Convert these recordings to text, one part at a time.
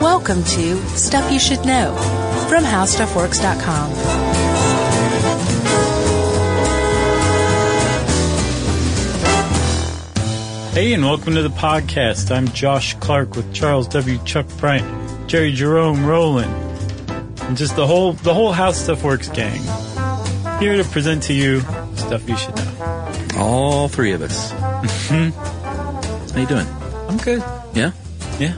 Welcome to Stuff You Should Know from HowStuffWorks.com. Hey, and welcome to the podcast. I'm Josh Clark with Charles W. Chuck Bryant, Jerry Jerome Rowland, and just the whole the whole House Stuff Works gang. Here to present to you stuff you should know. All three of us. Mm-hmm. How you doing? I'm good. Yeah. Yeah.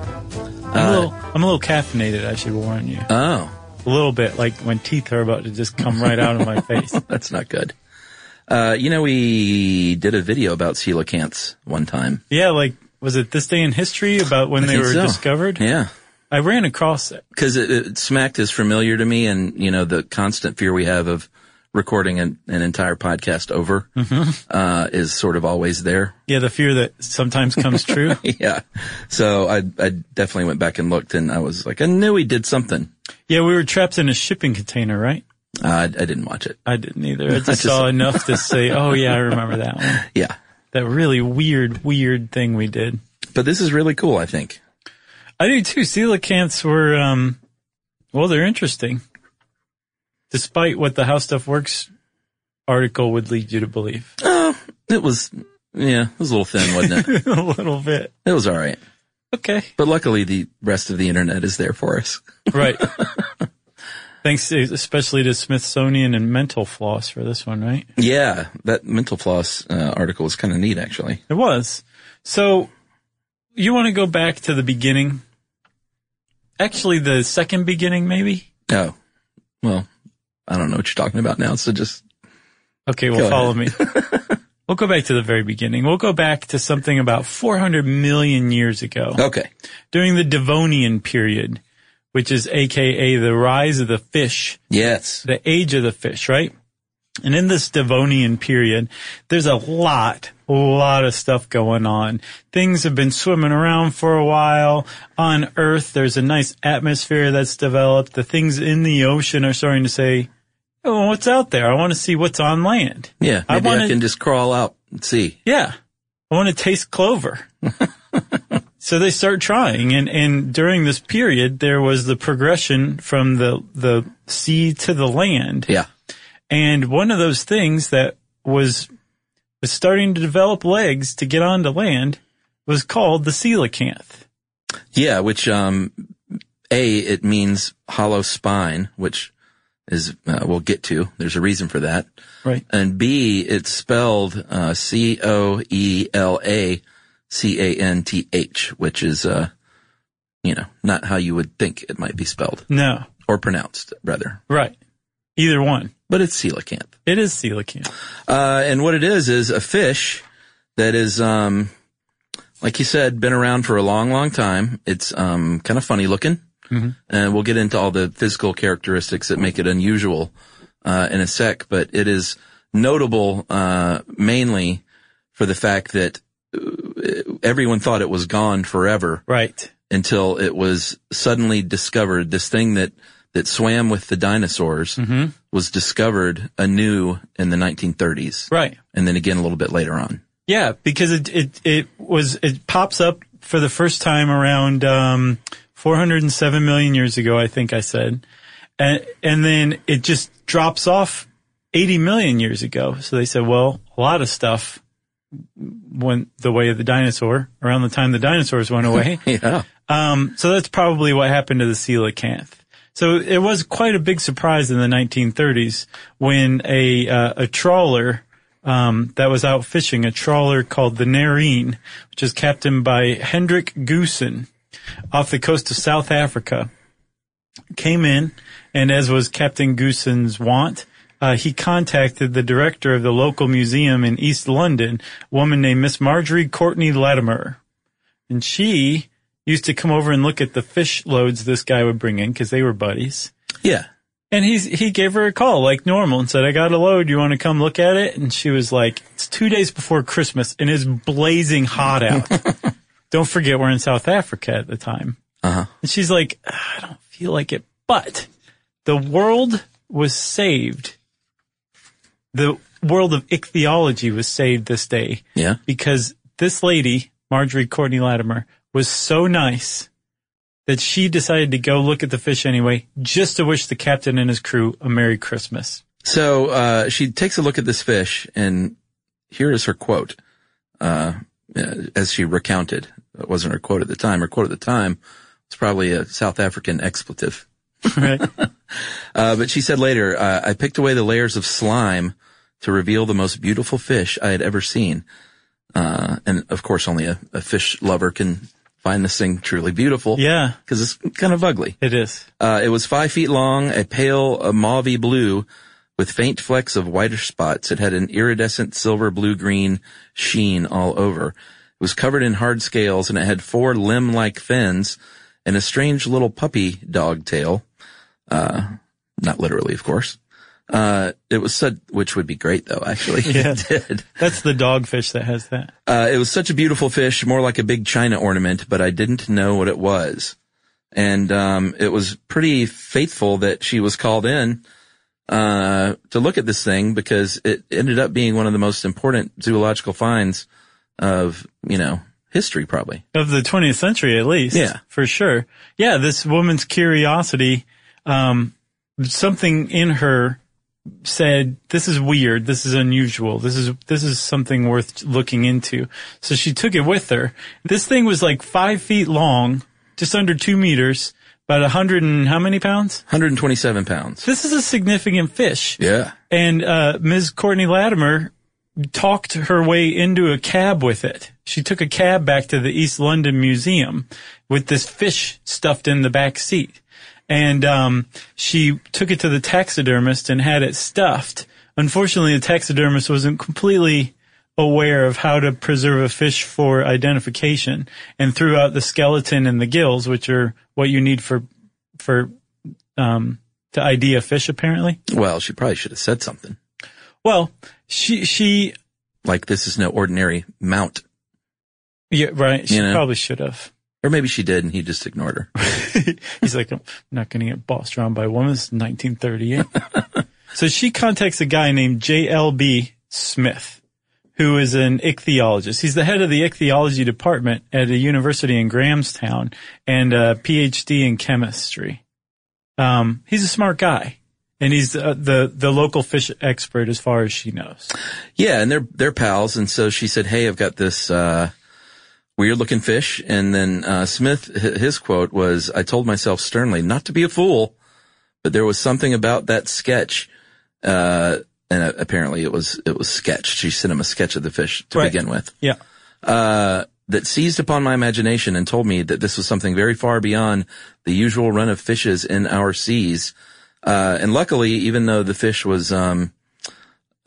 I'm, a Uh, little, I'm a little caffeinated, I should warn you. Oh, A little bit, like when teeth are about to just come right out of my face. that's not good. Uh, you know, we did a video about coelacanths one time. Yeah, like, was it this day in history about when they think were so. discovered? Yeah, I ran across it. because it, it smacked is familiar to me, and you know the constant fear we have of recording an, an entire podcast over Mm-hmm. uh, is sort of always there. Yeah, the fear that sometimes comes true. yeah, so I I definitely went back and looked, and I was like, I knew we did something. yeah, we were trapped in a shipping container, right? Uh, I, I didn't watch it. I didn't either. I just, just- saw enough to say, oh yeah, I remember that one. Yeah, That really weird, weird thing we did. but this is really cool. I think. I do too. Coelacanths were, um, well, they're interesting. Despite what the How Stuff Works article would lead you to believe. Oh, it was, yeah, it was a little thin, wasn't it? a little bit. it was all right. Okay. But luckily the rest of the internet is there for us. Right. Thanks especially to Smithsonian and Mental Floss for this one, right? Yeah, that mental floss uh, article is kind of neat actually. It was. So you want to go back to the beginning? Actually, the second beginning, maybe? Oh, well, I don't know what you're talking about now. So just, Okay, well, Go follow me. we'll go back to the very beginning. We'll go back to something about 400 million years ago okay. during the Devonian period, which is AKA the rise of the fish, Yes. the age of the fish, right? And in this Devonian period, there's a lot, lot of stuff going on. Things have been swimming around for a while. On Earth, there's a nice atmosphere that's developed. The things in the ocean are starting to say, oh, what's out there? I want to see what's on land. Yeah. I Maybe I, wanted- can just crawl out and see. Yeah. I want to taste clover. so they start trying and, and during this period there was the progression from the the sea to the land. Yeah. And one of those things that was was starting to develop legs to get onto land was called the coelacanth. Yeah. Which, um, A, it means hollow spine, which is, uh, we'll get to. There's a reason for that. Right. And B, it's spelled, uh, E C-O-E-L-A-C-A-N-T-H, which is, uh, you know, not how you would think it might be spelled. No. or pronounced rather, Right. Either one. but it's coelacanth. It is coelacanth. Uh, and what it is is a fish that is, um, like you said, been around for a long, long time. It's um, kind of funny looking, and we'll get into all the physical characteristics that make it unusual uh, in a sec. But it is notable uh, mainly for the fact that uh, everyone thought it was gone forever Right. until it was suddenly discovered. This thing that that swam with the dinosaurs was discovered anew in the 1930s, Right. and then again a little bit later on. Yeah, because it it it was it pops up for the first time around um, 407 million years ago, I think I said, and and then it just drops off 80 million years ago. So they said, well, a lot of stuff went the way of the dinosaur around the time the dinosaurs went away. Yeah, Um, so that's probably what happened to the coelacanth. So it was quite a big surprise in the 1930s when a uh, a trawler um, that was out fishing, a trawler called the Narine, which is captained by Hendrik Goosen, off the coast of South Africa, came in, and as was Captain Goosen's wont, uh, he contacted the director of the local museum in East London, a woman named Miss Marjorie Courtney Latimer and she used to come over and look at the fish loads this guy would bring in because they were buddies. yeah, And he's, he gave her a call like normal and said, I got a load. You want to come look at it? And she was like, it's two days before Christmas and it's blazing hot out. don't forget we're in South Africa at the time. Uh-huh. And she's like, "Ah, I don't feel like it, but the world was saved. The world of ichthyology was saved this day yeah. because this lady, Marjorie Courtney Latimer, was so nice that she decided to go look at the fish anyway, just to wish the captain and his crew a Merry Christmas. So uh, she takes a look at this fish, and here is her quote, uh, as she recounted. It wasn't her quote at the time. Her quote at the time was probably a South African expletive. Right? Uh, but she said later, uh, I picked away the layers of slime to reveal the most beautiful fish I had ever seen. Uh, and of course, only a, a fish lover can find this thing truly beautiful. yeah, Because it's kind of ugly. it is. Uh, it was five feet long, a pale a mauvey blue with faint flecks of whitish spots. It had an iridescent silver blue green sheen all over. It was covered in hard scales and it had four limb like fins and a strange little puppy dog tail. Uh, not literally, of course. Uh, it was said, which would be great though, actually. if Yeah. it did. That's the dogfish that has that. Uh, it was such a beautiful fish, more like a big china ornament, but I didn't know what it was. And um, it was pretty fateful that she was called in uh, to look at this thing because it ended up being one of the most important zoological finds of, you know, history probably. of the 20th century at least. Yeah. For sure. Yeah, this woman's curiosity, um, something in her said, this is weird. This is unusual. This is, this is something worth looking into. So she took it with her. This thing was like five feet long, just under two meters, about a hundred and how many pounds? 127 pounds. This is a significant fish. Yeah. And uh, Ms. Courtney Latimer talked her way into a cab with it. She took a cab back to the East London Museum with this fish stuffed in the back seat. And um, she took it to the taxidermist and had it stuffed. Unfortunately, the taxidermist wasn't completely aware of how to preserve a fish for identification and threw out the skeleton and the gills, which are what you need for for um, to ID a fish, apparently. Well, she probably should have said something Well, she she like this is no ordinary mount. yeah right. She You know? probably should have. Or maybe she did and he just ignored her. He's like, I'm not going to get bossed around by a woman. This is 1938. so she contacts a guy named J.L.B. Smith, who is an ichthyologist. He's the head of the ichthyology department at a university in Grahamstown and a PhD in chemistry. Um, he's a smart guy. And he's uh, the the local fish expert, as far as she knows. Yeah, and they're they're pals, and so she said, "Hey, I've got this uh, weird looking fish." And then uh, Smith, hi- his quote was, "I told myself sternly not to be a fool, but there was something about that sketch." Uh, and uh, apparently, it was it was sketched. She sent him a sketch of the fish to Right. begin with Yeah, uh, that seized upon my imagination and told me that this was something very far beyond the usual run of fishes in our seas. Uh, and luckily, even though the fish was, um,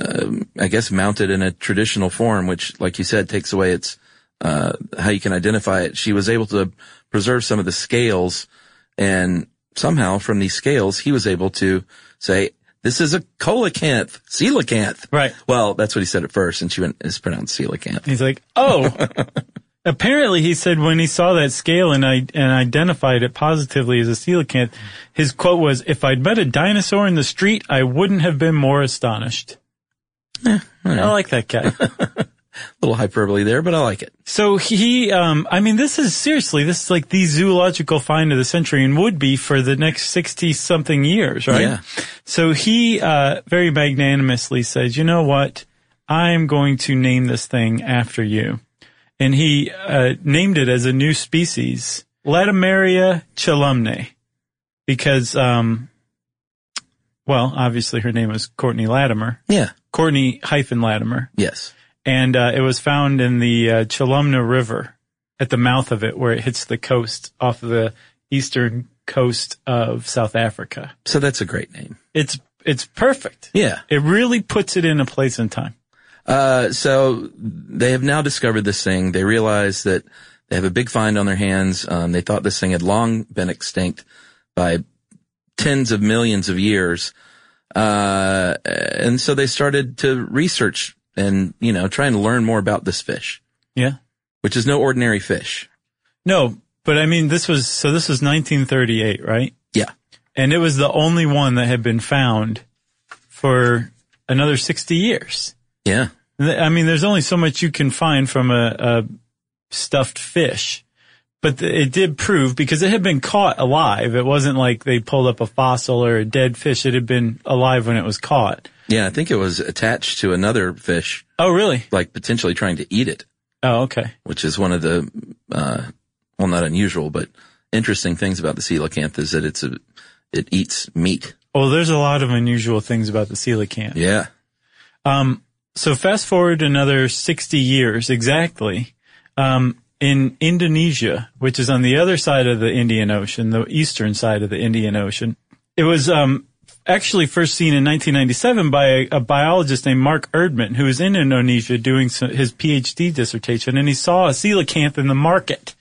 um, I guess, mounted in a traditional form, which, like you said, takes away its uh, how you can identify it, she was able to preserve some of the scales, and somehow from these scales, he was able to say. This is a coelacanth, coelacanth. Right. Well, that's what he said at first, and she went, it's pronounced coelacanth. He's like, oh. Apparently, he said when he saw that scale and I and identified it positively as a coelacanth, his quote was, "If I'd met a dinosaur in the street, I wouldn't have been more astonished." I like that guy. little hyperbole there, but I like it. so he, um, I mean, this is seriously, this is like the zoological find of the century and would be for the next sixty something years, right? Yeah. So he uh, very magnanimously says, "You know what? I'm going to name this thing after you." and he uh, named it as a new species, Latimeria chelumnae, because, um, well, obviously her name is Courtney Latimer, Yeah. Courtney hyphen Latimer, Yes. and uh, it was found in the uh, Chelumna River at the mouth of it, where it hits the coast off of the eastern coast of South Africa. So that's a great name. It's it's perfect. Yeah. It really puts it in a place and time. Uh, so they have now discovered this thing. They realize that they have a big find on their hands. Um, they thought this thing had long been extinct by tens of millions of years. Uh, and so they started to research and, you know, trying to learn more about this fish, Yeah. which is no ordinary fish. No, but I mean, this was so. This was 1938, right? Yeah. and it was the only one that had been found for another 60 years. Yeah. Th- I mean, there's only so much you can find from a, a stuffed fish, but th- it did prove because it had been caught alive. It wasn't like they pulled up a fossil or a dead fish. It had been alive when it was caught. Yeah, I think it was attached to another fish, Oh, really? like potentially trying to eat it, Oh, okay. which is one of the, uh, well, not unusual, but interesting things about the coelacanth is that it's a, it eats meat. Well, there's a lot of unusual things about the coelacanth. Yeah. So fast forward another 60 years exactly. Um, in Indonesia, which is on the other side of the Indian Ocean, the eastern side of the Indian Ocean, it was um, actually first seen in 1997 by a, a biologist named Mark Erdman, who was in Indonesia doing some, his PhD dissertation, and he saw a coelacanth in the market.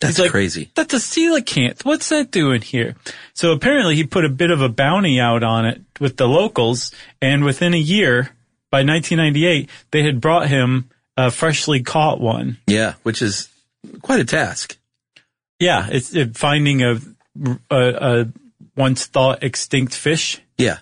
That's He's like, crazy. That's a coelacanth. What's that doing here? So apparently he put a bit of a bounty out on it with the locals. And within a year, by 1998, they had brought him a freshly caught one. Yeah. Which is quite a task. Yeah. It's it, finding a, a, a once thought extinct fish. Yeah.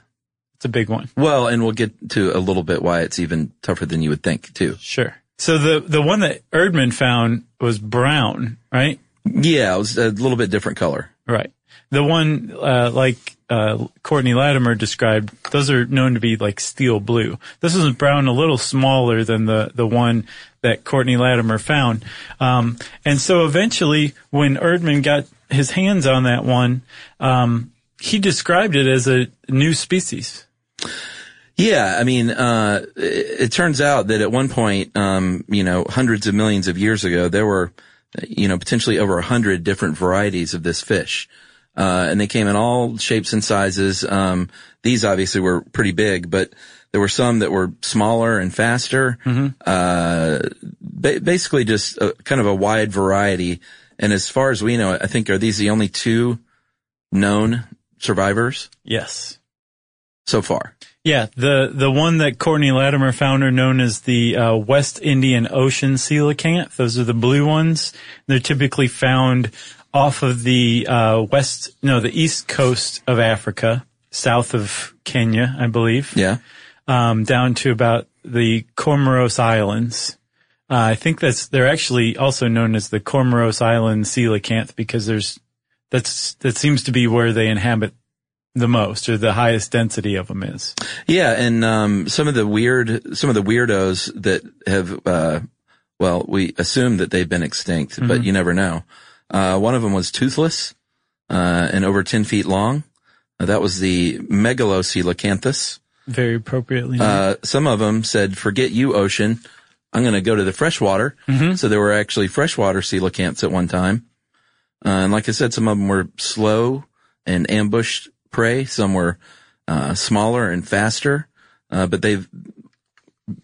It's a big one. Well, and we'll get to a little bit why it's even tougher than you would think too. Sure. So the, the one that Erdman found was brown, right? Yeah. It was a little bit different color. Right. The one, uh, like, uh, Courtney Latimer described, those are known to be like steel blue. This is brown, a little smaller than the, the one that Courtney Latimer found. Um, and so eventually when Erdman got his hands on that one, um, he described it as a new species. Yeah, I mean, uh, it, it turns out that at one point, um, you know, hundreds of millions of years ago, there were, you know, potentially over a hundred different varieties of this fish, uh, and they came in all shapes and sizes. Um, these obviously were pretty big, but there were some that were smaller and faster. Uh, ba- basically, just a, kind of a wide variety. And as far as we know, I think are these the only two known survivors Yes. so far? Yeah. The, the one that Courtney Latimer found are known as the, uh, West Indian Ocean coelacanth. Those are the blue ones. They're typically found off of the, uh, west, no, the east coast of Africa, south of Kenya, I believe. Yeah. Um, down to about the Comoros Islands. Uh, I think that's, they're actually also known as the Comoros Island coelacanth because there's, that's, that seems to be where they inhabit the most or the highest density of them is. Yeah, and um, some of the weird, some of the weirdos that have, uh, well, we assume that they've been extinct, but you never know. Uh, one of them was toothless uh, and over ten feet long. Uh, that was the Megalocoelacanthus. Very appropriately. named. Uh, some of them said, "Forget you, ocean. I'm going to go to the freshwater." So there were actually freshwater coelacanths at one time. Uh, and like I said, some of them were slow and ambushed prey. Some were uh, smaller and faster, uh, but they've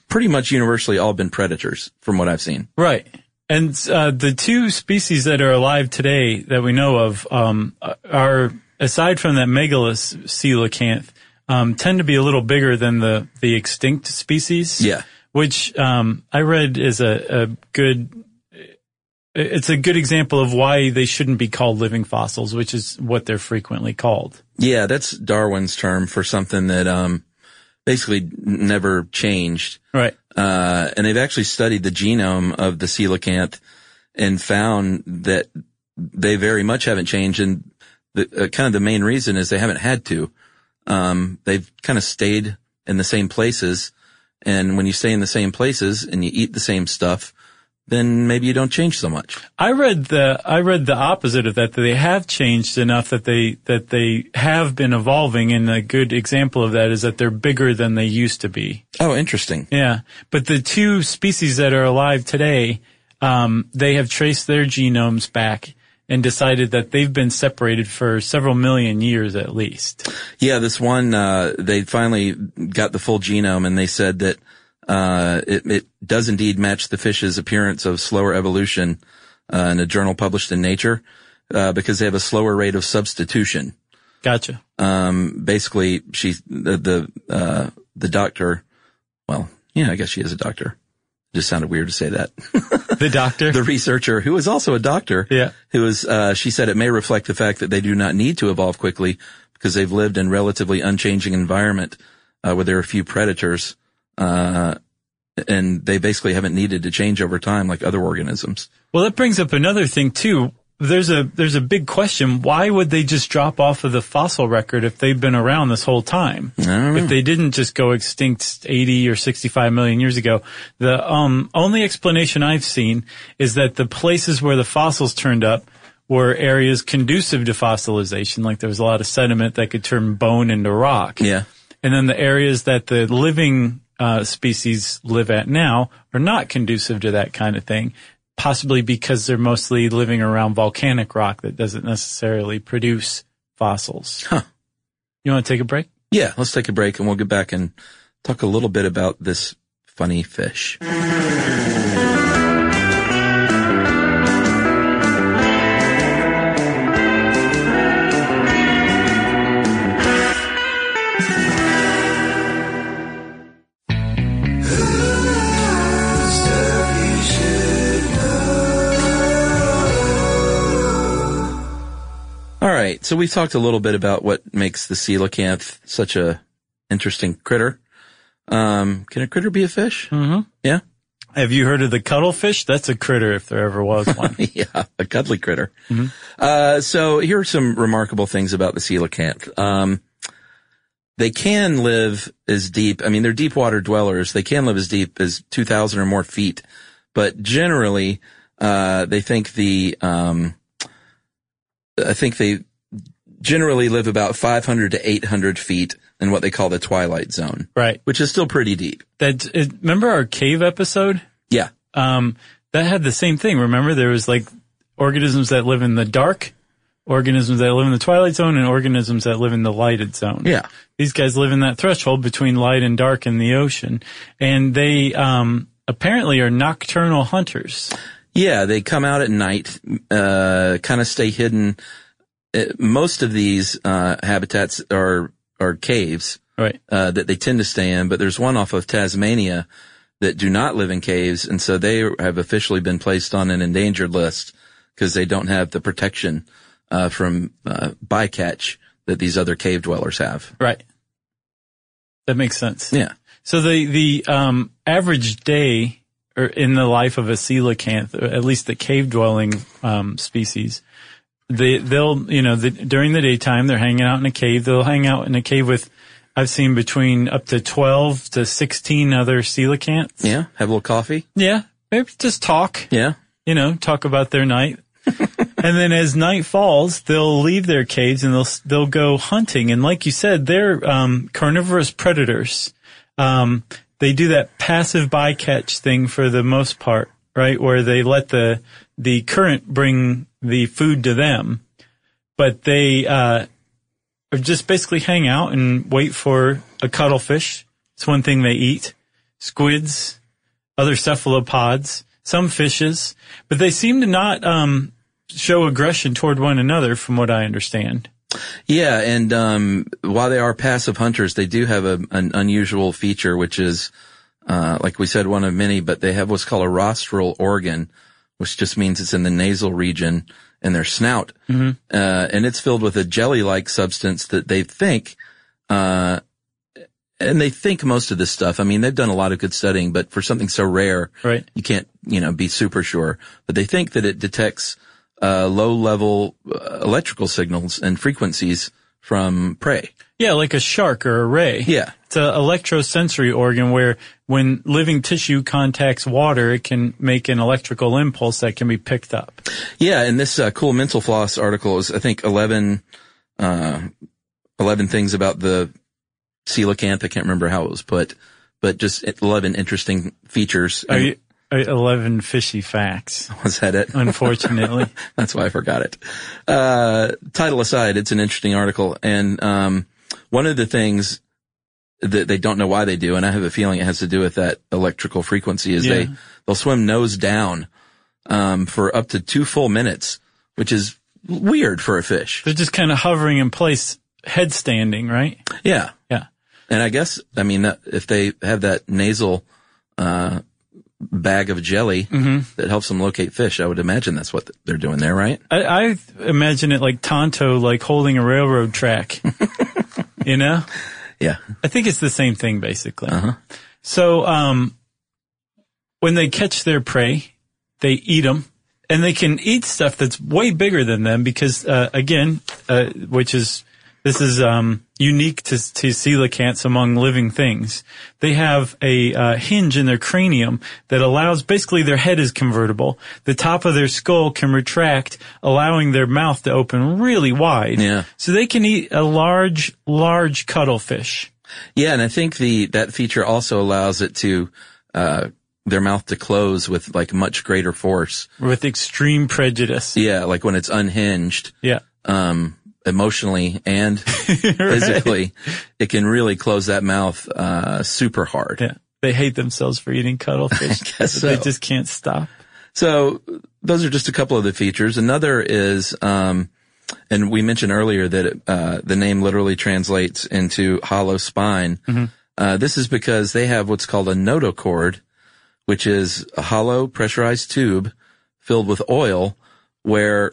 pretty much universally all been predators, from what I've seen. right. And uh, the two species that are alive today that we know of um, are, aside from that megalus coelacanth, um, tend to be a little bigger than the, the extinct species. Yeah. Which um, I read is a, a good. It's a good example of why they shouldn't be called living fossils, which is what they're frequently called. Yeah, that's Darwin's term for something that um, basically n- never changed. Right. Uh, and they've actually studied the genome of the coelacanth and found that they very much haven't changed. And the, uh, kind of the main reason is they haven't had to. Um, they've kind of stayed in the same places. And when you stay in the same places and you eat the same stuff, then maybe you don't change so much. I read the I read the opposite of that that they have changed enough that they that they have been evolving and a good example of that is that they're bigger than they used to be. Oh, interesting. Yeah, but the two species that are alive today, um, they have traced their genomes back and decided that they've been separated for several million years at least. Yeah, this one, uh, they finally got the full genome and they said that, uh, it, it does indeed match the fish's appearance of slower evolution, uh, in a journal published in Nature, uh, because they have a slower rate of substitution. Gotcha. Um, basically she, the, the, uh, the doctor, well, yeah, I guess she is a doctor. Just sounded weird to say that. The doctor. the researcher, who is also a doctor, Yeah. who is, uh, she said it may reflect the fact that they do not need to evolve quickly because they've lived in relatively unchanging environment uh, where there are few predators, uh, and they basically haven't needed to change over time like other organisms. Well, that brings up another thing too. There's a there's a big question. Why would they just drop off of the fossil record if they've been around this whole time? don't know. If they didn't just go extinct 80 or 65 million years ago, the um, only explanation I've seen is that the places where the fossils turned up were areas conducive to fossilization, like there was a lot of sediment that could turn bone into rock. Yeah. And then the areas that the living uh, species live at now are not conducive to that kind of thing, possibly because they're mostly living around volcanic rock that doesn't necessarily produce fossils. Huh. You want to take a break? Yeah, let's take a break and we'll get back and talk a little bit about this funny fish. All right. So we've talked a little bit about what makes the coelacanth such a interesting critter. Um, can a critter be a fish? Mm-hmm. Yeah. Have you heard of the cuttlefish? That's a critter if there ever was one. yeah. A cuddly critter. Uh, so here are some remarkable things about the coelacanth. Um, they can live as deep. I mean, they're deep water dwellers. They can live as deep as 2,000 or more feet, but generally, uh, they think the, um, I think they generally live about 500 to 800 feet in what they call the twilight zone, right. which is still pretty deep. That it, remember our cave episode? Yeah. Um, that had the same thing. Remember there was like organisms that live in the dark, organisms that live in the twilight zone, and organisms that live in the lighted zone. Yeah. These guys live in that threshold between light and dark in the ocean, and they um apparently are nocturnal hunters. Yeah, they come out at night, uh, kind of stay hidden. Uh, most of these uh, habitats are are caves Right. uh, that they tend to stay in, but there's one off of Tasmania that do not live in caves, and so they have officially been placed on an endangered list because they don't have the protection uh, from uh, bycatch that these other cave dwellers have. Right. That makes sense. Yeah. So the the um, average day or in the life of a coelacanth, or at least the cave dwelling um, species, they they'll you know the, during the daytime they're hanging out in a cave. They'll hang out in a cave with I've seen between up to twelve to sixteen other coelacanths. Yeah. Have a little coffee. Yeah, maybe just talk Yeah. you know, talk about their night. and then as night falls, they'll leave their caves and they'll they'll go hunting. And like you said, they're um, carnivorous predators. Um, they do that passive bycatch thing for the most part, right? Where they let the the current bring the food to them, but they uh, are just basically hang out and wait for a cuttlefish. It's one thing they eat. Squids, other cephalopods, some fishes, but they seem to not um, show aggression toward one another, from what I understand. Yeah, and um, while they are passive hunters, they do have a, an unusual feature, which is, uh, like we said, one of many. But they have what's called a rostral organ, which just means it's in the nasal region in their snout, uh, and it's filled with a jelly-like substance that they think, uh, and they think most of this stuff. I mean, they've done a lot of good studying, but for something so rare, Right. you can't, you know, be super sure, but they think that it detects uh, low level uh, electrical signals and frequencies from prey. Yeah, like a shark or a ray. Yeah. It's an electrosensory organ where when living tissue contacts water, it can make an electrical impulse that can be picked up. Yeah. And this uh, cool mental floss article is, I think, 11, uh, 11 things about the coelacanth. I can't remember how it was put, but just 11 interesting features. Are you, are 11 fishy facts, was that it? unfortunately. That's why I forgot it. Uh, title aside, it's an interesting article. And, um, one of the things that they don't know why they do, and I have a feeling it has to do with that electrical frequency is they, Yeah. they'll swim nose down, um, for up to two full minutes, which is weird for a fish. They're just kind of hovering in place, head standing, right? Yeah. Yeah. And I guess, I mean, that- if they have that nasal, uh, bag of jelly that helps them locate fish, I would imagine that's what they're doing there, right? I, I imagine it like Tonto, like holding a railroad track. you know? Yeah. I think it's the same thing basically. So, um, when they catch their prey, they eat them and they can eat stuff that's way bigger than them because, uh, again, uh, which is this is um, unique to, to coelacanths among living things. They have a uh, hinge in their cranium that allows basically their head is convertible. The top of their skull can retract, allowing their mouth to open really wide. Yeah. So they can eat a large, large cuttlefish. Yeah, and I think the that feature also allows it to uh, their mouth to close with like much greater force. with extreme prejudice. Yeah, like when it's unhinged, Yeah. um, emotionally and physically, it can really close that mouth uh, super hard. Yeah. They hate themselves for eating cuttlefish. guess They so. just can't stop. So those are just a couple of the features. Another is, um, and we mentioned earlier that it, uh, the name literally translates into hollow spine. Mm-hmm. Uh, this is because they have what's called a notochord, which is a hollow pressurized tube filled with oil, where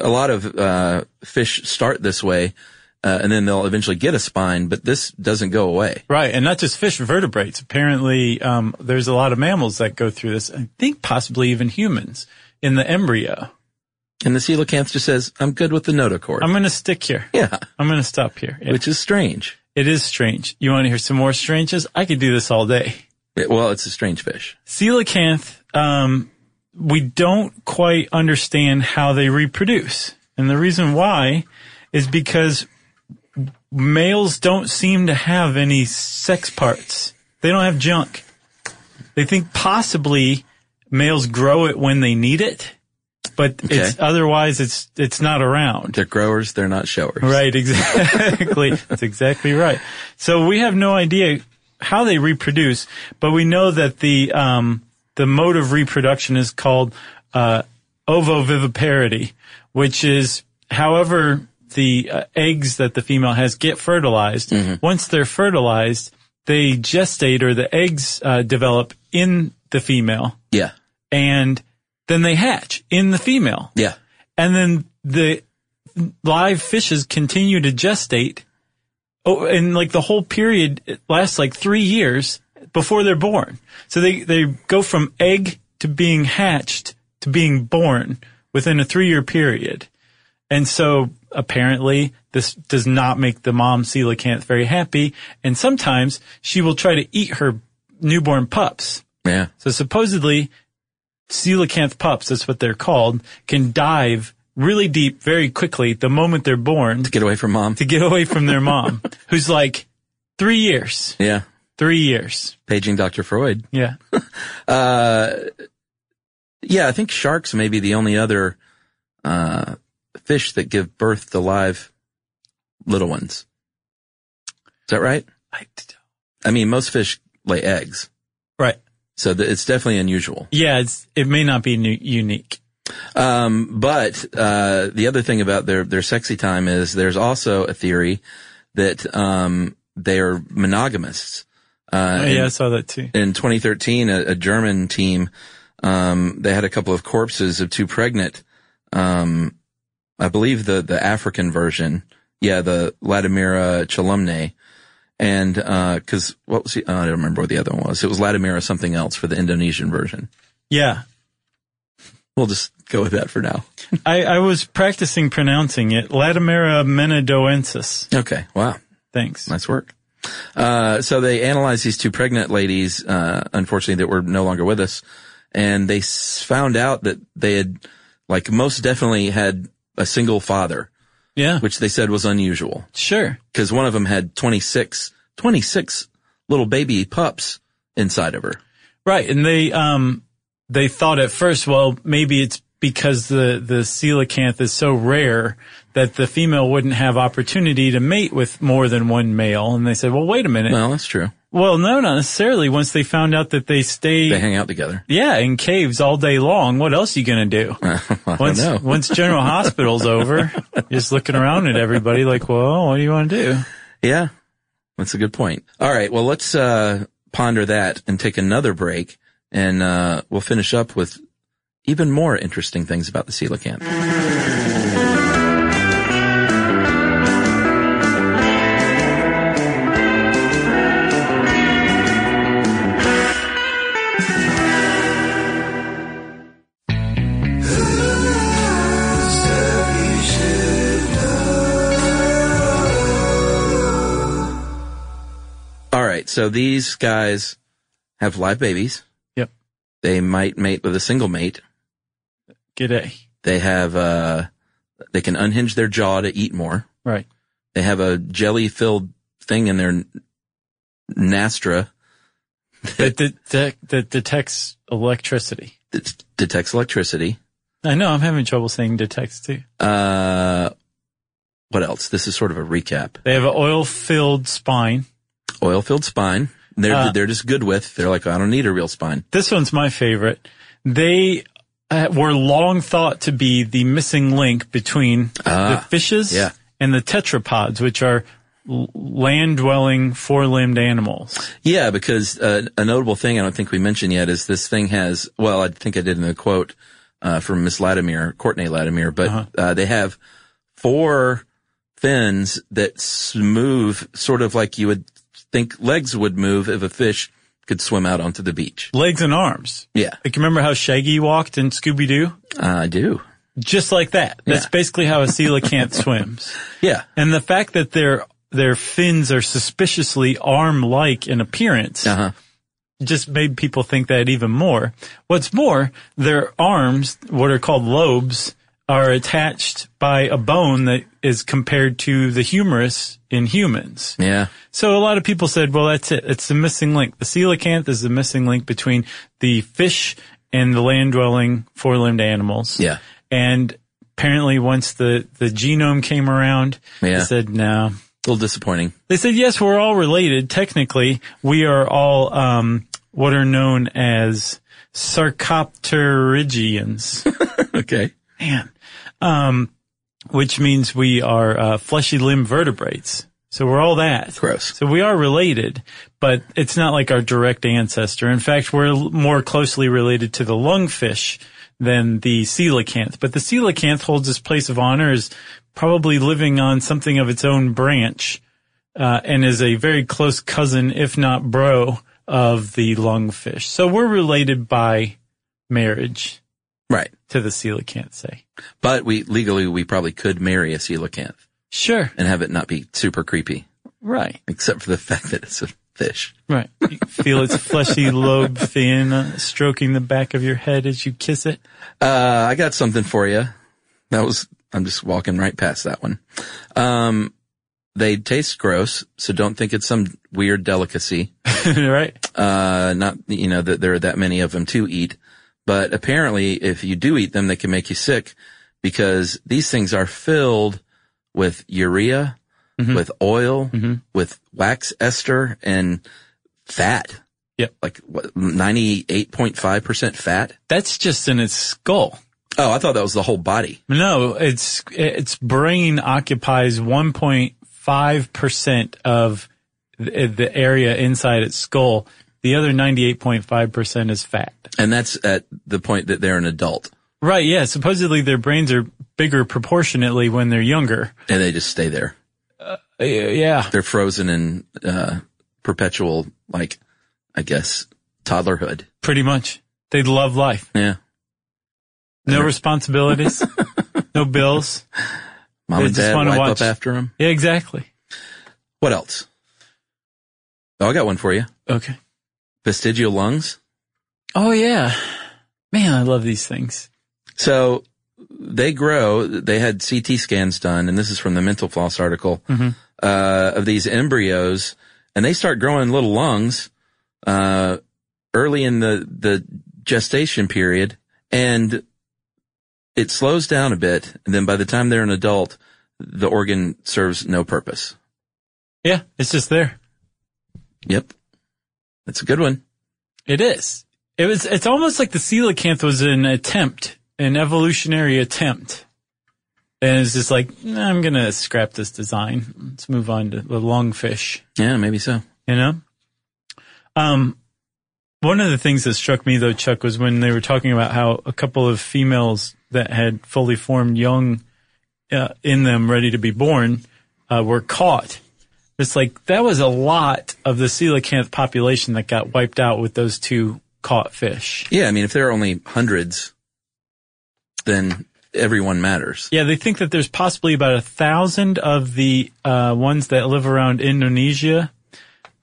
a lot of uh, fish start this way, uh, and then they'll eventually get a spine. But this doesn't go away. Right. And not just fish, vertebrates. Apparently, um, there's a lot of mammals that go through this. I think possibly even humans in the embryo. And the coelacanth just says, "I'm good with the notochord." I'm going to stick here. yeah, I'm going to stop here. Yeah. which is strange. it is strange. You want to hear some more stranges? I could do this all day. It- well, it's a strange fish. coelacanth, um, we don't quite understand how they reproduce. And the reason why is because males don't seem to have any sex parts. They don't have junk. They think possibly males grow it when they need it, but it's Okay. otherwise it's it's not around. They're growers, they're not showers. Right, exactly. That's exactly right. So we have no idea how they reproduce, but we know that the um, the mode of reproduction is called uh, ovoviviparity, which is however the uh, eggs that the female has get fertilized. Once they're fertilized, they gestate or the eggs uh, develop in the female, Yeah. and then they hatch in the female Yeah. and then the live fishes continue to gestate. Oh, and like the whole period it lasts like three years before they're born. So they, they go from egg to being hatched to being born within a three year period. And so apparently this does not make the mom coelacanth very happy. And sometimes she will try to eat her newborn pups. Yeah. So supposedly, coelacanth pups, that's what they're called, can dive really deep very quickly the moment they're born Get away from mom. to get away from their mom, who's like, three years, Yeah. three years. Paging Dr. Freud. Yeah. Uh, yeah, I think sharks may be the only other, uh, fish that give birth to live little ones. Is that right? I- I mean, most fish lay eggs. right. So th- it's definitely unusual. Yeah. It's, it may not be nu- unique. Um, but uh, the other thing about their their sexy time is there's also a theory that um, they are monogamists. Uh, Oh, and- yeah. I saw that too. in 2013, a, a German team, um, they had a couple of corpses of two pregnant, um, I believe the, the African version. Yeah, the Latimera Chalumne. And, uh, cause what was the, oh, I don't remember what the other one was. It was Latimera something else for the Indonesian version. Yeah. We'll just go with that for now. I, I was practicing pronouncing it. Latimera menadoensis. Okay. Wow. Thanks. Nice work. Uh, so they analyzed these two pregnant ladies, uh, unfortunately that were no longer with us. And they s- found out that they had, like, most definitely had a single father, Yeah. which they said was unusual. Sure. Cause one of them had 26, 26 little baby pups inside of her. Right, and they um they thought at first, well, maybe it's because the the coelacanth is so rare that the female wouldn't have opportunity to mate with more than one male, and they said, well, wait a minute. Well, that's true. well, no, not necessarily. Once they found out that they stay, They hang out together. yeah, in caves all day long, what else you gonna do? I don't Once know. once General Hospital's over, you're just looking around at everybody like, well, what do you want to do? Yeah. That's a good point. All right. Well, let's, uh, ponder that and take another break and, uh, we'll finish up with even more interesting things about the coelacanth. Who So these guys have live babies. Yep. They might mate with a single mate. G'day. They have, uh, they can unhinge their jaw to eat more. Right. They have a jelly filled thing in their n- nastra That, that, that, that detects electricity. that detects electricity. I know I'm having trouble saying detects too. Uh, what else? This is sort of a recap. They have an oil filled spine. Oil filled spine. They're, Uh, they're just good with, they're like, I don't need a real spine. This one's my favorite. They uh, were long thought to be the missing link between the Ah, fishes yeah. and the tetrapods, which are land dwelling four limbed animals. Yeah, because uh, a notable thing I don't think we mentioned yet is this thing has, well, I think I did in the quote uh, from Miss Latimer, Courtney Latimer, but uh they have four fins that s- move sort of like you would think legs would move if a fish could swim out onto the beach. Legs and arms. Yeah, Like, remember how Shaggy walked in Scooby Doo? Uh, I do. Just like that. That's Yeah. basically how a coelacanth swims. Yeah. And the fact that their their fins are suspiciously arm like in appearance Uh huh. just made people think that even more. What's more, their arms, what are called lobes, are attached by a bone that is compared to the humerus in humans. Yeah. So a lot of people said, well, that's it. It's the missing link. The coelacanth is the missing link between the fish and the land dwelling four limbed animals. Yeah. And apparently once the, the genome came around, Yeah. they said, no, A little disappointing. they said, yes, we're all related. Technically, we are all, um, what are known as sarcopterygians. Okay. Man. Um, which means we are, uh, fleshy limb vertebrates. So we're all that. Gross. So we are related, but it's not like our direct ancestor. In fact, we're l- more closely related to the lungfish than the coelacanth. But the coelacanth holds its place of honor as probably living on something of its own branch, uh, and is a very close cousin, if not bro, of the lungfish. So we're related by marriage Right. to the coelacanth, say. But we legally we probably could marry a coelacanth Sure. and have it not be super creepy, Right. except for the fact that it's a fish. Right. You feel its fleshy lobe fin uh, stroking the back of your head as you kiss it. Uh, I got something for you. That was, I'm just walking right past that one. Um, they taste gross, so don't think it's some weird delicacy. right? Uh, not, you know, that there are that many of them to eat. But apparently, if you do eat them, they can make you sick because these things are filled with urea, with oil, with wax ester and fat. Yep. Like what, 98.5% fat. That's just in its skull. Oh, I thought that was the whole body. No, its its brain occupies 1.5% of the, the area inside its skull. The other 98.5% is fat. And that's at the point that they're an adult Right, yeah, supposedly their brains are bigger proportionately when they're younger. and they just stay there. Uh, yeah. They're frozen in uh, perpetual, like, I guess, toddlerhood. Pretty much. They love life. Yeah. No responsibilities, no bills. Mom They and just dad wanna wipe watch- up after them. Yeah, exactly. What else? Oh, I got one for you. Okay. Vestigial lungs. Oh yeah. Man, I love these things. So they grow. They had CT scans done, and this is from the Mental Floss article Mm-hmm. uh, of these embryos, and they start growing little lungs uh, early in the the gestation period, and it slows down a bit. And then by the time they're an adult, the organ serves no purpose. Yeah, it's just there. Yep, that's a good one. It is. It was. It's almost like the coelacanth was an attempt, an evolutionary attempt, and it's just like "Nah, I'm gonna scrap this design. Let's move on to the lungfish. Yeah, maybe so. You know. Um, one of the things that struck me though, Chuck, was when they were talking about how a couple of females that had fully formed young uh, in them, ready to be born, uh, were caught. It's like that was a lot of the coelacanth population that got wiped out with those two caught fish. Yeah, I mean, if there are only hundreds, then everyone matters. Yeah, they think that there's possibly about a thousand of the uh, ones that live around Indonesia,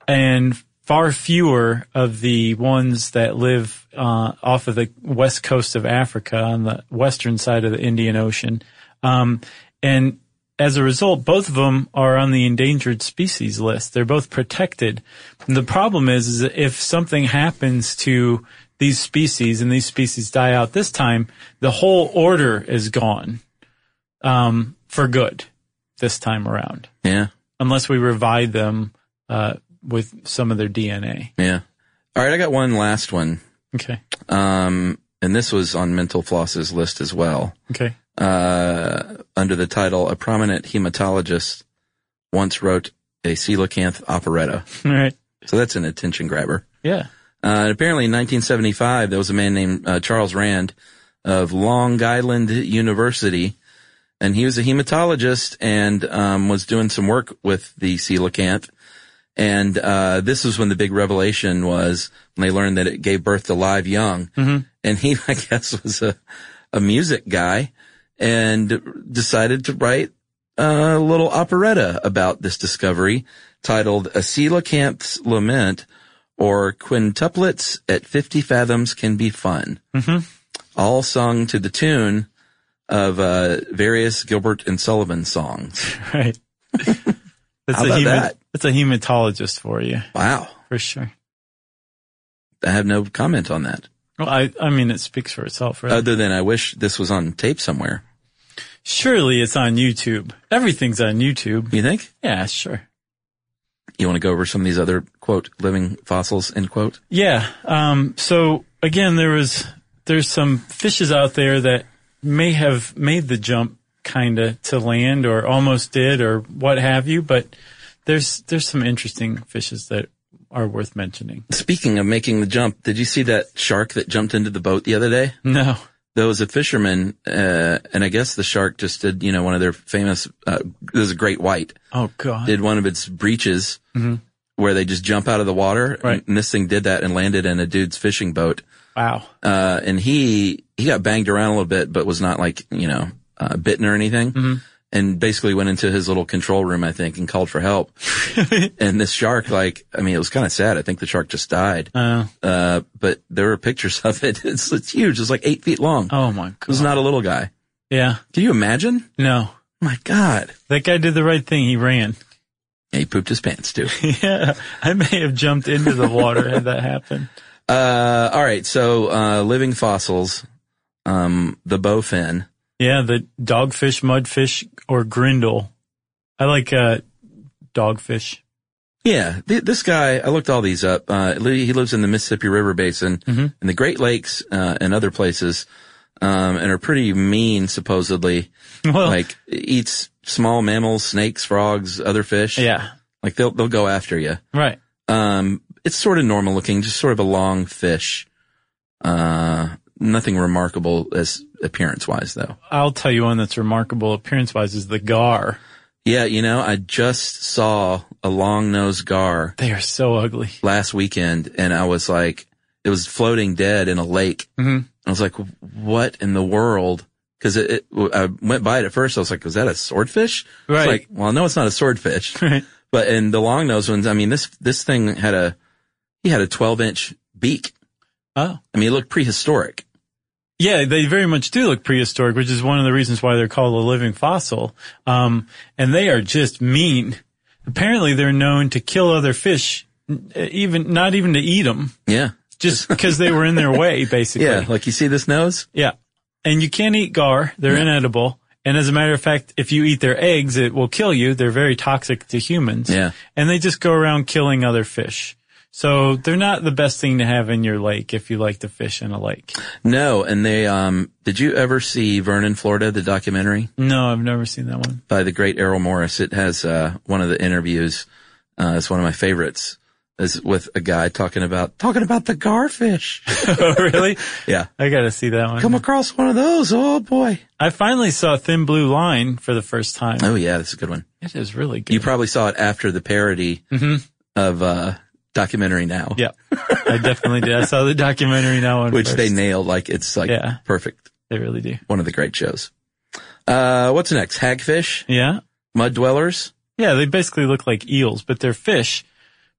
and far fewer of the ones that live uh, off of the west coast of Africa on the western side of the Indian Ocean. Um, and as a result, both of them are on the endangered species list. They're both protected. And the problem is, is that if something happens to these species and these species die out this time, the whole order is gone um, for good this time around, Yeah. unless we revive them uh, with some of their DNA. Yeah. All right. I got one last one. Okay. Um, and this was on Mental Floss's list as well. Okay. uh, under the title "A Prominent Hematologist Once Wrote a Coelacanth Operetta." All right. So that's an attention grabber. Yeah. Uh, and apparently, in 1975, there was a man named uh, Charles Rand of Long Island University, and he was a hematologist and um, was doing some work with the coelacanth. And uh, this was when the big revelation was when they learned that it gave birth to live young. And he, I guess, was a, a music guy and decided to write a little operetta about this discovery titled A Coelacanth's Lament or Quintuplets at 50 Fathoms Can Be Fun. All sung to the tune of uh, various Gilbert and Sullivan songs. Right. That's How a about hema- that? That's a hematologist for you, Wow. for sure. I have no comment on that. Well, I, I mean, it speaks for itself, right? Other than I wish this was on tape somewhere. Surely it's on YouTube. Everything's on YouTube. You think? Yeah, sure. You want to go over some of these other quote living fossils end quote? Yeah. Um, so again, there was there's some fishes out there that may have made the jump kind of to land or almost did or what have you, but there's there's some interesting fishes that are worth mentioning. Speaking of making the jump, did you see that shark that jumped into the boat the other day? No. There was a fisherman, uh, and I guess the shark just did, you know, one of their famous, uh, there's a great white, Oh God. did one of its breaches where they just jump out of the water. Right. And this thing did that and landed in a dude's fishing boat. wow. Uh, and he, he got banged around a little bit, but was not like, you know, uh, bitten or anything. And basically went into his little control room, I think, and called for help. and this shark, like, I mean, it was kind of sad. I think the shark just died. Uh, Uh, but there were pictures of it. It's, it's huge. It's like eight feet long. oh my It was God. not a little guy. Yeah. Can you imagine? No. My God. That guy did the right thing. He ran. Yeah, he pooped his pants too. yeah. I may have jumped into the water had that happened. Uh, all right. So, uh, living fossils, um, the bowfin. Yeah, the dogfish, mudfish, or grindle. I like uh, dogfish. Yeah. Th- this guy, I looked all these up. Uh, li- he lives in the Mississippi River Basin Mm-hmm. and the Great Lakes, uh, and other places, um, and are pretty mean, supposedly. Well, Like, eats small mammals, snakes, frogs, other fish. yeah, Like, they'll, they'll go after you. right. Um, it's sort of normal looking, just sort of a long fish. Uh, nothing remarkable as appearance wise though. I'll tell you one that's remarkable appearance wise is the gar. Yeah, you know, I just saw a long nosed gar They are so ugly. last weekend and I was like, it was floating dead in a lake. Mhm. I was like, what in the world? Cause it, it, I went by it at first. I was like, was that a swordfish? It's Right. like, well, no, it's not a swordfish. Right. But in the long nosed ones, I mean, this, this thing had a, he had a 12 inch beak. Oh. I mean, it looked prehistoric. Yeah, they very much do look prehistoric, which is one of the reasons why they're called a living fossil. Um, and they are just mean. Apparently, they're known to kill other fish, n- even not even to eat them, Yeah. just because they were in their way, basically. Yeah. Like you see this nose? Yeah. And you can't eat gar. They're inedible. And as a matter of fact, if you eat their eggs, it will kill you. They're very toxic to humans. Yeah. And they just go around killing other fish. So they're not the best thing to have in your lake if you like to fish in a lake. No. And they, um, did you ever see Vernon, Florida, the documentary No, I've never seen that one. by the great Errol Morris? It has, uh, one of the interviews. Uh, it's one of my favorites is with a guy talking about, talking about the garfish. oh, really? yeah. I got to see that one. Come across one of those. Oh boy. I finally saw Thin Blue Line for the first time. Oh yeah. That's a good one. It is really good. You probably saw it after the parody of, uh, documentary now, yeah. I definitely did. I saw the documentary now one which first. they nailed. Like it's like Yeah. perfect. They really do. One of the great shows. Uh, what's next? Hagfish, Yeah. mud dwellers. Yeah, they basically look like eels, but they're fish.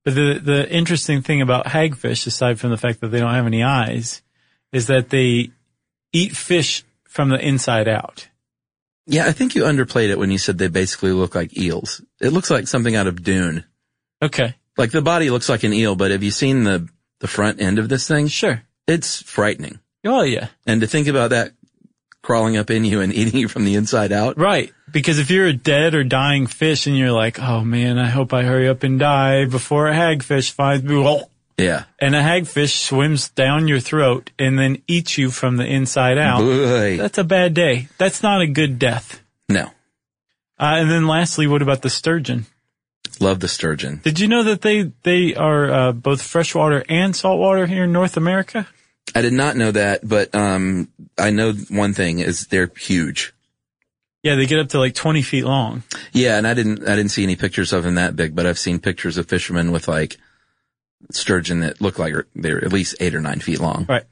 But the, the interesting thing about hagfish, aside from the fact that they don't have any eyes, is that they eat fish from the inside out. Yeah, I think you underplayed it when you said they basically look like eels. It looks like something out of Dune. Okay. Like the body looks like an eel, but have you seen the the front end of this thing? Sure. It's frightening. Oh yeah. And to think about that crawling up in you and eating you from the inside out. Right. Because if you're a dead or dying fish and you're like, oh man, I hope I hurry up and die before a hagfish finds me. Yeah. And a hagfish swims down your throat and then eats you from the inside out. Boy. That's a bad day. That's not a good death. No. Uh, and then lastly, what about the sturgeon? Love the sturgeon. Did you know that they, they are uh, both freshwater and saltwater here in North America? I did not know that, but um I know one thing is they're huge. Yeah, they get up to like 20 feet long. Yeah, and I didn't I didn't see any pictures of them that big, but I've seen pictures of fishermen with like sturgeon that look like they're at least eight or nine feet long. Right.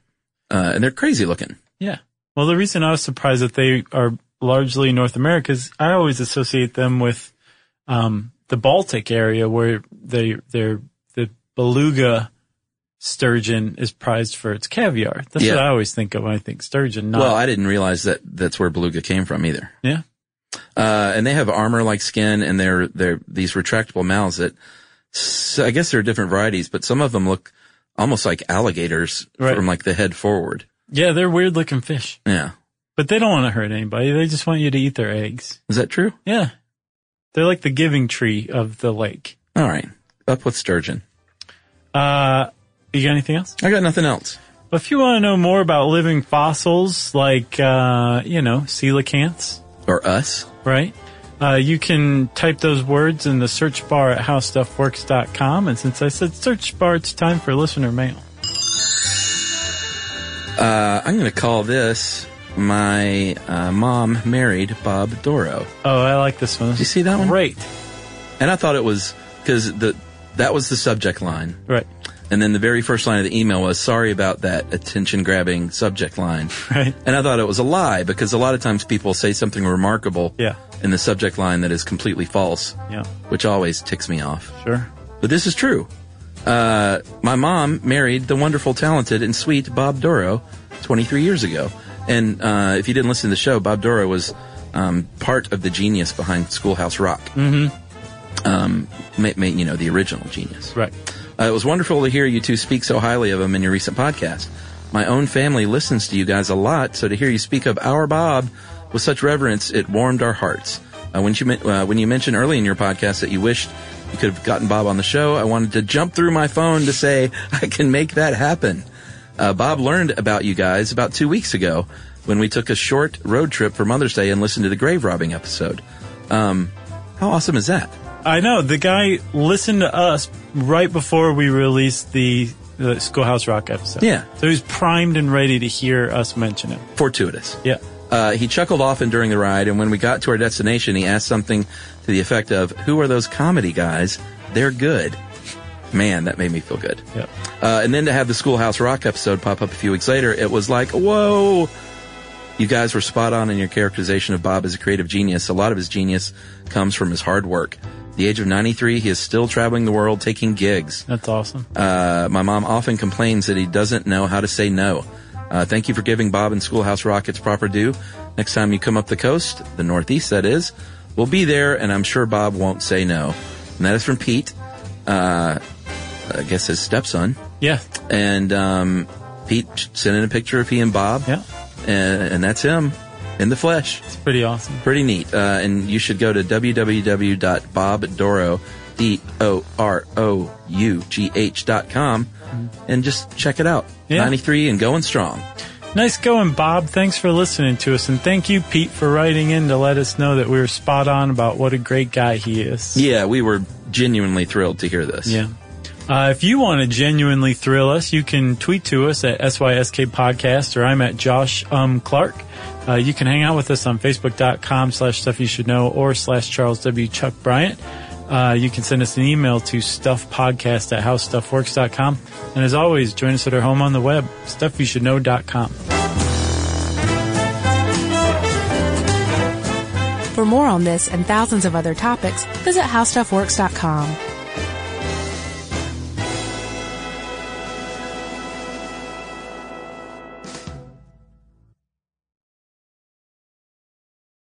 Uh, and they're crazy looking. Yeah. Well, the reason I was surprised that they are largely North America is I always associate them with um, the Baltic area where they they're the beluga sturgeon is prized for its caviar. That's Yeah. what I always think of when I think sturgeon. Not, Well, I didn't realize that that's where beluga came from either. yeah. Uh, and they have armor like skin and they're, they're these retractable mouths that, so I guess there are different varieties, but some of them look almost like alligators Right. from like the head forward. Yeah, they're weird looking fish, Yeah. but they don't want to hurt anybody. They just want you to eat their eggs. Is that true? Yeah. They're like the giving tree of the lake. All right. Up with sturgeon. Uh, you got anything else? I got nothing else. If you want to know more about living fossils, like, uh, you know, coelacanths, Or us. right? Uh, you can type those words in the search bar at howstuffworks.com. And since I said search bar, it's time for listener mail. Uh, I'm going to call this my, uh, mom married Bob Doro. Oh, I like this one. you see that one? Great. And I thought it was because the, that was the subject line. Right. And then the very first line of the email was, sorry about that attention grabbing subject line. Right. And I thought it was a lie because a lot of times people say something remarkable Yeah. in the subject line that is completely false, Yeah. which always ticks me off. Sure. But this is true. Uh, my mom married the wonderful, talented, and sweet Bob Doro 23 years ago. And uh, if you didn't listen to the show, Bob Doro was um, part of the genius behind Schoolhouse Rock. Mm-hmm. Um, ma- ma- you know, the original genius. Right. Uh, it was wonderful to hear you two speak so highly of him in your recent podcast. My own family listens to you guys a lot, so to hear you speak of our Bob with such reverence, it warmed our hearts. Uh, when you men- uh, when you mentioned early in your podcast that you wished you could have gotten Bob on the show, I wanted to jump through my phone to say I can make that happen. Uh, Bob learned about you guys about two weeks ago when we took a short road trip for Mother's Day and listened to the grave robbing episode. Um, how awesome is that? I know the guy listened to us right before we released the, the Schoolhouse Rock episode. Yeah. So he's primed and ready to hear us mention it. Fortuitous. Yeah. Uh, he chuckled often during the ride, and when we got to our destination, he asked something to the effect of, "Who are those comedy guys? They're good." Man, that made me feel good. Yeah. Uh, and then to have the Schoolhouse Rock episode pop up a few weeks later, it was like, "Whoa!" You guys were spot on in your characterization of Bob as a creative genius. A lot of his genius comes from his hard work. At the age of 93, he is still traveling the world taking gigs. That's awesome. Uh, my mom often complains that he doesn't know how to say no. Uh, thank you for giving Bob and Schoolhouse Rock its proper due. Next time you come up the coast, the Northeast that is, we'll be there and I'm sure Bob won't say no. And that is from Pete, uh, I guess his stepson. Yeah. And, um, Pete sent in a picture of he and Bob. Yeah. And, and that's him in the flesh. It's pretty awesome. Pretty neat. Uh, and you should go to www.bobdoro, D-O-R-O-U-G-H dot com and just check it out. Yeah. 93 and going strong. Nice going, Bob. Thanks for listening to us. And thank you, Pete, for writing in to let us know that we were spot on about what a great guy he is. Yeah, we were genuinely thrilled to hear this. Yeah. Uh, if you want to genuinely thrill us, you can tweet to us at SYSK Podcast or I'm at Josh Um Clark. Uh, you can hang out with us on Facebook.com slash Stuff You Should Know or slash Charles W. Chuck Bryant. Uh, you can send us an email to stuffpodcast at howstuffworks.com. And as always, join us at our home on the web, stuffyoushouldknow.com. For more on this and thousands of other topics, visit howstuffworks.com.